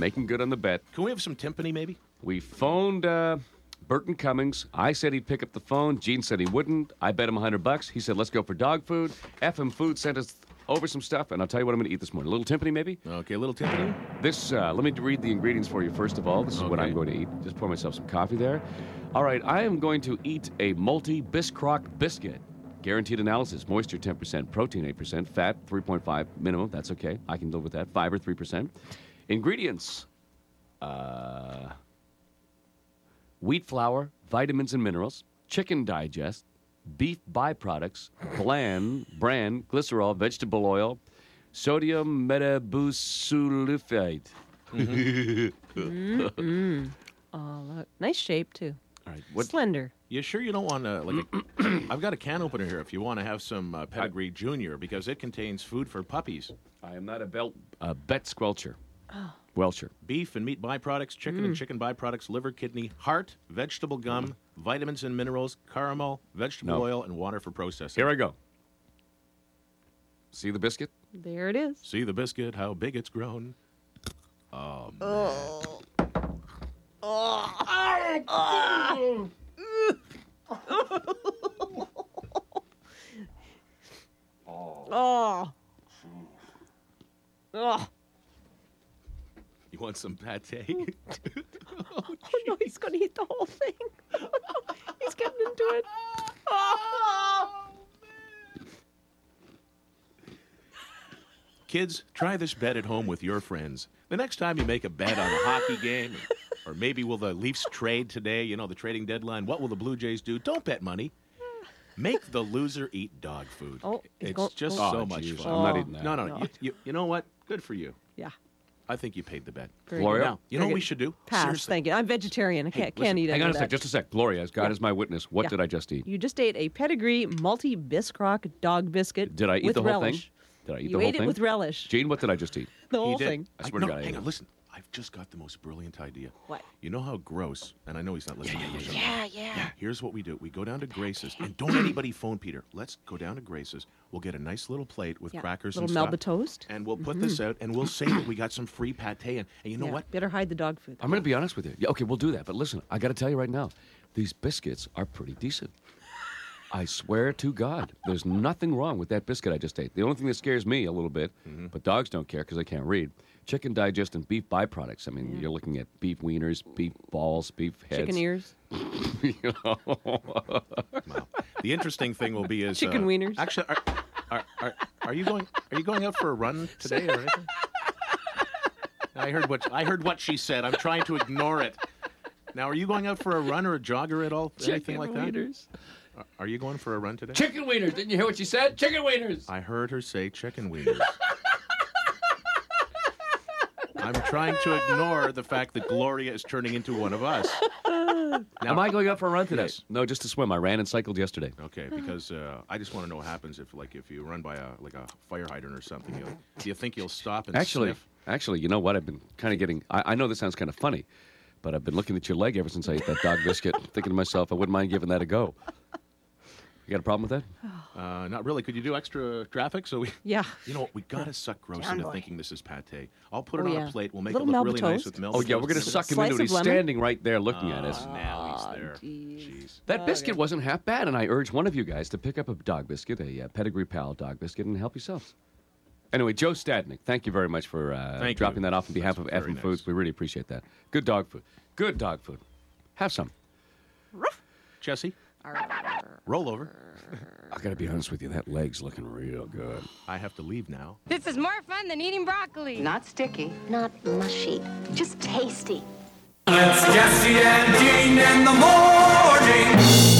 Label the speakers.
Speaker 1: looking good on the bet.
Speaker 2: Can we have some timpani, maybe?
Speaker 1: We phoned uh, Burton Cummings. I said he'd pick up the phone. Gene said he wouldn't. I bet him 100 bucks. He said, let's go for dog food. FM Food sent us over some stuff, and I'll tell you what I'm going to eat this morning. A little timpani, maybe?
Speaker 2: Okay, a little timpani.
Speaker 1: This, uh, let me read the ingredients for you first of all. This is what
Speaker 2: Okay.
Speaker 1: I'm going to eat. Just pour myself some coffee there. All right, I am going to eat a multi biscroc biscuit. Guaranteed analysis moisture 10%, protein 8%, fat 3.5 minimum. That's okay. I can live with that. Fiber 3%. Ingredients uh, wheat flour, vitamins and minerals, chicken digest, beef byproducts, bland, bran, glycerol, vegetable oil, sodium metabusulfate.
Speaker 3: Oh, look. Nice shape, too.
Speaker 1: All right, what?
Speaker 3: Slender.
Speaker 2: You sure you don't want to like? A, I've got a can opener here. If you want to have some uh, Pedigree Junior, because it contains food for puppies,
Speaker 1: I am not a belt a bet squelcher.
Speaker 3: Oh.
Speaker 1: Welcher.
Speaker 2: beef and meat byproducts, chicken and chicken byproducts, liver, kidney, heart, vegetable gum, vitamins and minerals, caramel, vegetable
Speaker 1: No.
Speaker 2: oil, and water for processing.
Speaker 1: Here I go. See the biscuit?
Speaker 3: There it is.
Speaker 2: See the biscuit, how big it's grown.
Speaker 3: Oh. Oh,
Speaker 2: You want some pate?
Speaker 3: oh no, he's going to eat the whole thing. he's getting into it. Oh.
Speaker 2: Kids, try this bet at home with your friends. The next time you make a bet on a hockey game, or maybe will the Leafs trade today, you know, the trading deadline, what will the Blue Jays do? Don't bet money. Make the loser eat dog food.
Speaker 3: Oh, he's
Speaker 2: it's
Speaker 3: go-
Speaker 2: just
Speaker 3: oh.
Speaker 2: so
Speaker 1: Oh,
Speaker 2: much
Speaker 1: geez,
Speaker 2: fun.
Speaker 1: I'm not eating that.
Speaker 2: No, no,
Speaker 3: No.
Speaker 2: You, you, you know what? Good for you.
Speaker 3: Yeah.
Speaker 2: I think you paid the bet.
Speaker 3: Very
Speaker 1: Gloria?
Speaker 3: good.
Speaker 2: Now, you know what
Speaker 3: Very
Speaker 2: we
Speaker 3: good.
Speaker 2: should do?
Speaker 3: Pass.
Speaker 2: Seriously.
Speaker 3: Thank you. I'm vegetarian. I can't, can't eat
Speaker 1: Hang
Speaker 3: any
Speaker 1: on a
Speaker 3: of
Speaker 1: sec,
Speaker 3: that.
Speaker 1: just a sec. Gloria, as God is my witness, what
Speaker 3: Yeah.
Speaker 1: did I just eat?
Speaker 3: You just ate a pedigree multi biscroc dog biscuit.
Speaker 1: Did I eat
Speaker 3: with
Speaker 1: the whole
Speaker 3: relish.
Speaker 1: thing? Did I eat
Speaker 3: you
Speaker 1: the whole
Speaker 3: ate
Speaker 1: thing?
Speaker 3: it with relish.
Speaker 1: Gene, what did I just eat?
Speaker 3: the
Speaker 2: He
Speaker 3: whole
Speaker 2: did.
Speaker 3: thing.
Speaker 1: I
Speaker 2: I-
Speaker 1: swear to
Speaker 2: no,
Speaker 1: God, I
Speaker 2: hang
Speaker 1: ate
Speaker 2: on,
Speaker 1: it.
Speaker 2: listen. I've just got the most brilliant idea.
Speaker 3: What?
Speaker 2: You know how gross, and I know he's not listening. Yeah, yeah, yeah, Here's what we do: we go down to Grace's, and don't anybody phone Peter. Let's go down to Grace's. We'll get a nice little plate with
Speaker 3: Yeah,
Speaker 2: crackers
Speaker 3: little
Speaker 2: and stuff,
Speaker 3: Melba toast. Mm-hmm.
Speaker 2: and we'll put this out, and we'll say that we got some free pate, and, and you know
Speaker 3: Yeah,
Speaker 2: what?
Speaker 3: Better hide the dog food.
Speaker 1: I'm going to be honest with you. Yeah, okay, we'll do that. But listen, I got to tell you right now, these biscuits are pretty decent. I swear to God, there's nothing wrong with that biscuit I just ate. The only thing that scares me a little bit, but dogs don't care because they can't read. Chicken digest and beef byproducts. I mean, you're looking at beef wieners, beef balls, beef heads.
Speaker 3: Chicken ears.
Speaker 2: Well, the interesting thing will be is
Speaker 3: Chicken
Speaker 2: uh,
Speaker 3: wieners.
Speaker 2: Actually, are, are, are, are you going? Are you going out for a run today or anything? I heard what I heard what she said. I'm trying to ignore it. Now, are you going out for a run or a jogger at all? anything like that? Are- Are you going for a run today?
Speaker 1: Chicken wieners. Didn't you hear what she said? Chicken wieners.
Speaker 2: I heard her say chicken wieners. I'm trying to ignore the fact that Gloria is turning into one of us.
Speaker 1: Am I going out for a run today?
Speaker 2: Yes.
Speaker 1: No, just to swim. I ran and cycled yesterday.
Speaker 2: Okay, because uh, I just want to know what happens if, like, if you run by a like a fire hydrant or something. you do you think you'll stop and
Speaker 1: Actually,
Speaker 2: sniff?
Speaker 1: actually, you know what? I've been kind of getting. I, I know this sounds kind of funny, but I've been looking at your leg ever since I ate that dog biscuit, thinking to myself, I wouldn't mind giving that a go. You got a problem with
Speaker 3: Oh,
Speaker 1: that?
Speaker 2: Uh, not really. Could you do extra traffic? So we,
Speaker 3: Yeah.
Speaker 2: you know, what? we gotta suck gross
Speaker 3: Down
Speaker 2: into
Speaker 3: boy.
Speaker 2: thinking this is pate. I'll put it
Speaker 3: Oh,
Speaker 2: on
Speaker 3: yeah.
Speaker 2: a plate. We'll make
Speaker 3: Little
Speaker 2: it look
Speaker 3: Melba
Speaker 2: really nice
Speaker 3: toast.
Speaker 2: with milk.
Speaker 1: Oh yeah, we're gonna
Speaker 2: toast.
Speaker 1: suck him
Speaker 3: Slice
Speaker 1: into it.
Speaker 3: of
Speaker 1: He's
Speaker 3: lemon?
Speaker 1: standing right there looking at us.
Speaker 2: Oh, now he's there. Jeez.
Speaker 1: That
Speaker 3: Oh,
Speaker 1: biscuit wasn't half bad, and I urge one of you guys to pick up a dog biscuit, a uh, Pedigree Pal dog biscuit, and help yourselves. Anyway, Joe Stadnick, thank you very much for uh,
Speaker 2: Thank
Speaker 1: dropping
Speaker 2: you.
Speaker 1: that off on behalf
Speaker 2: That's
Speaker 1: of FM
Speaker 2: very nice.
Speaker 1: Foods. We really appreciate that. Good dog food. Good dog food. Have some.
Speaker 2: Jesse, roll over.
Speaker 1: I gotta be honest with you, that leg's looking real good.
Speaker 2: I have to leave now.
Speaker 4: This is more fun than eating broccoli.
Speaker 5: Not sticky.
Speaker 6: Not mushy, just tasty.
Speaker 7: It's Jesse and Gene in the morning.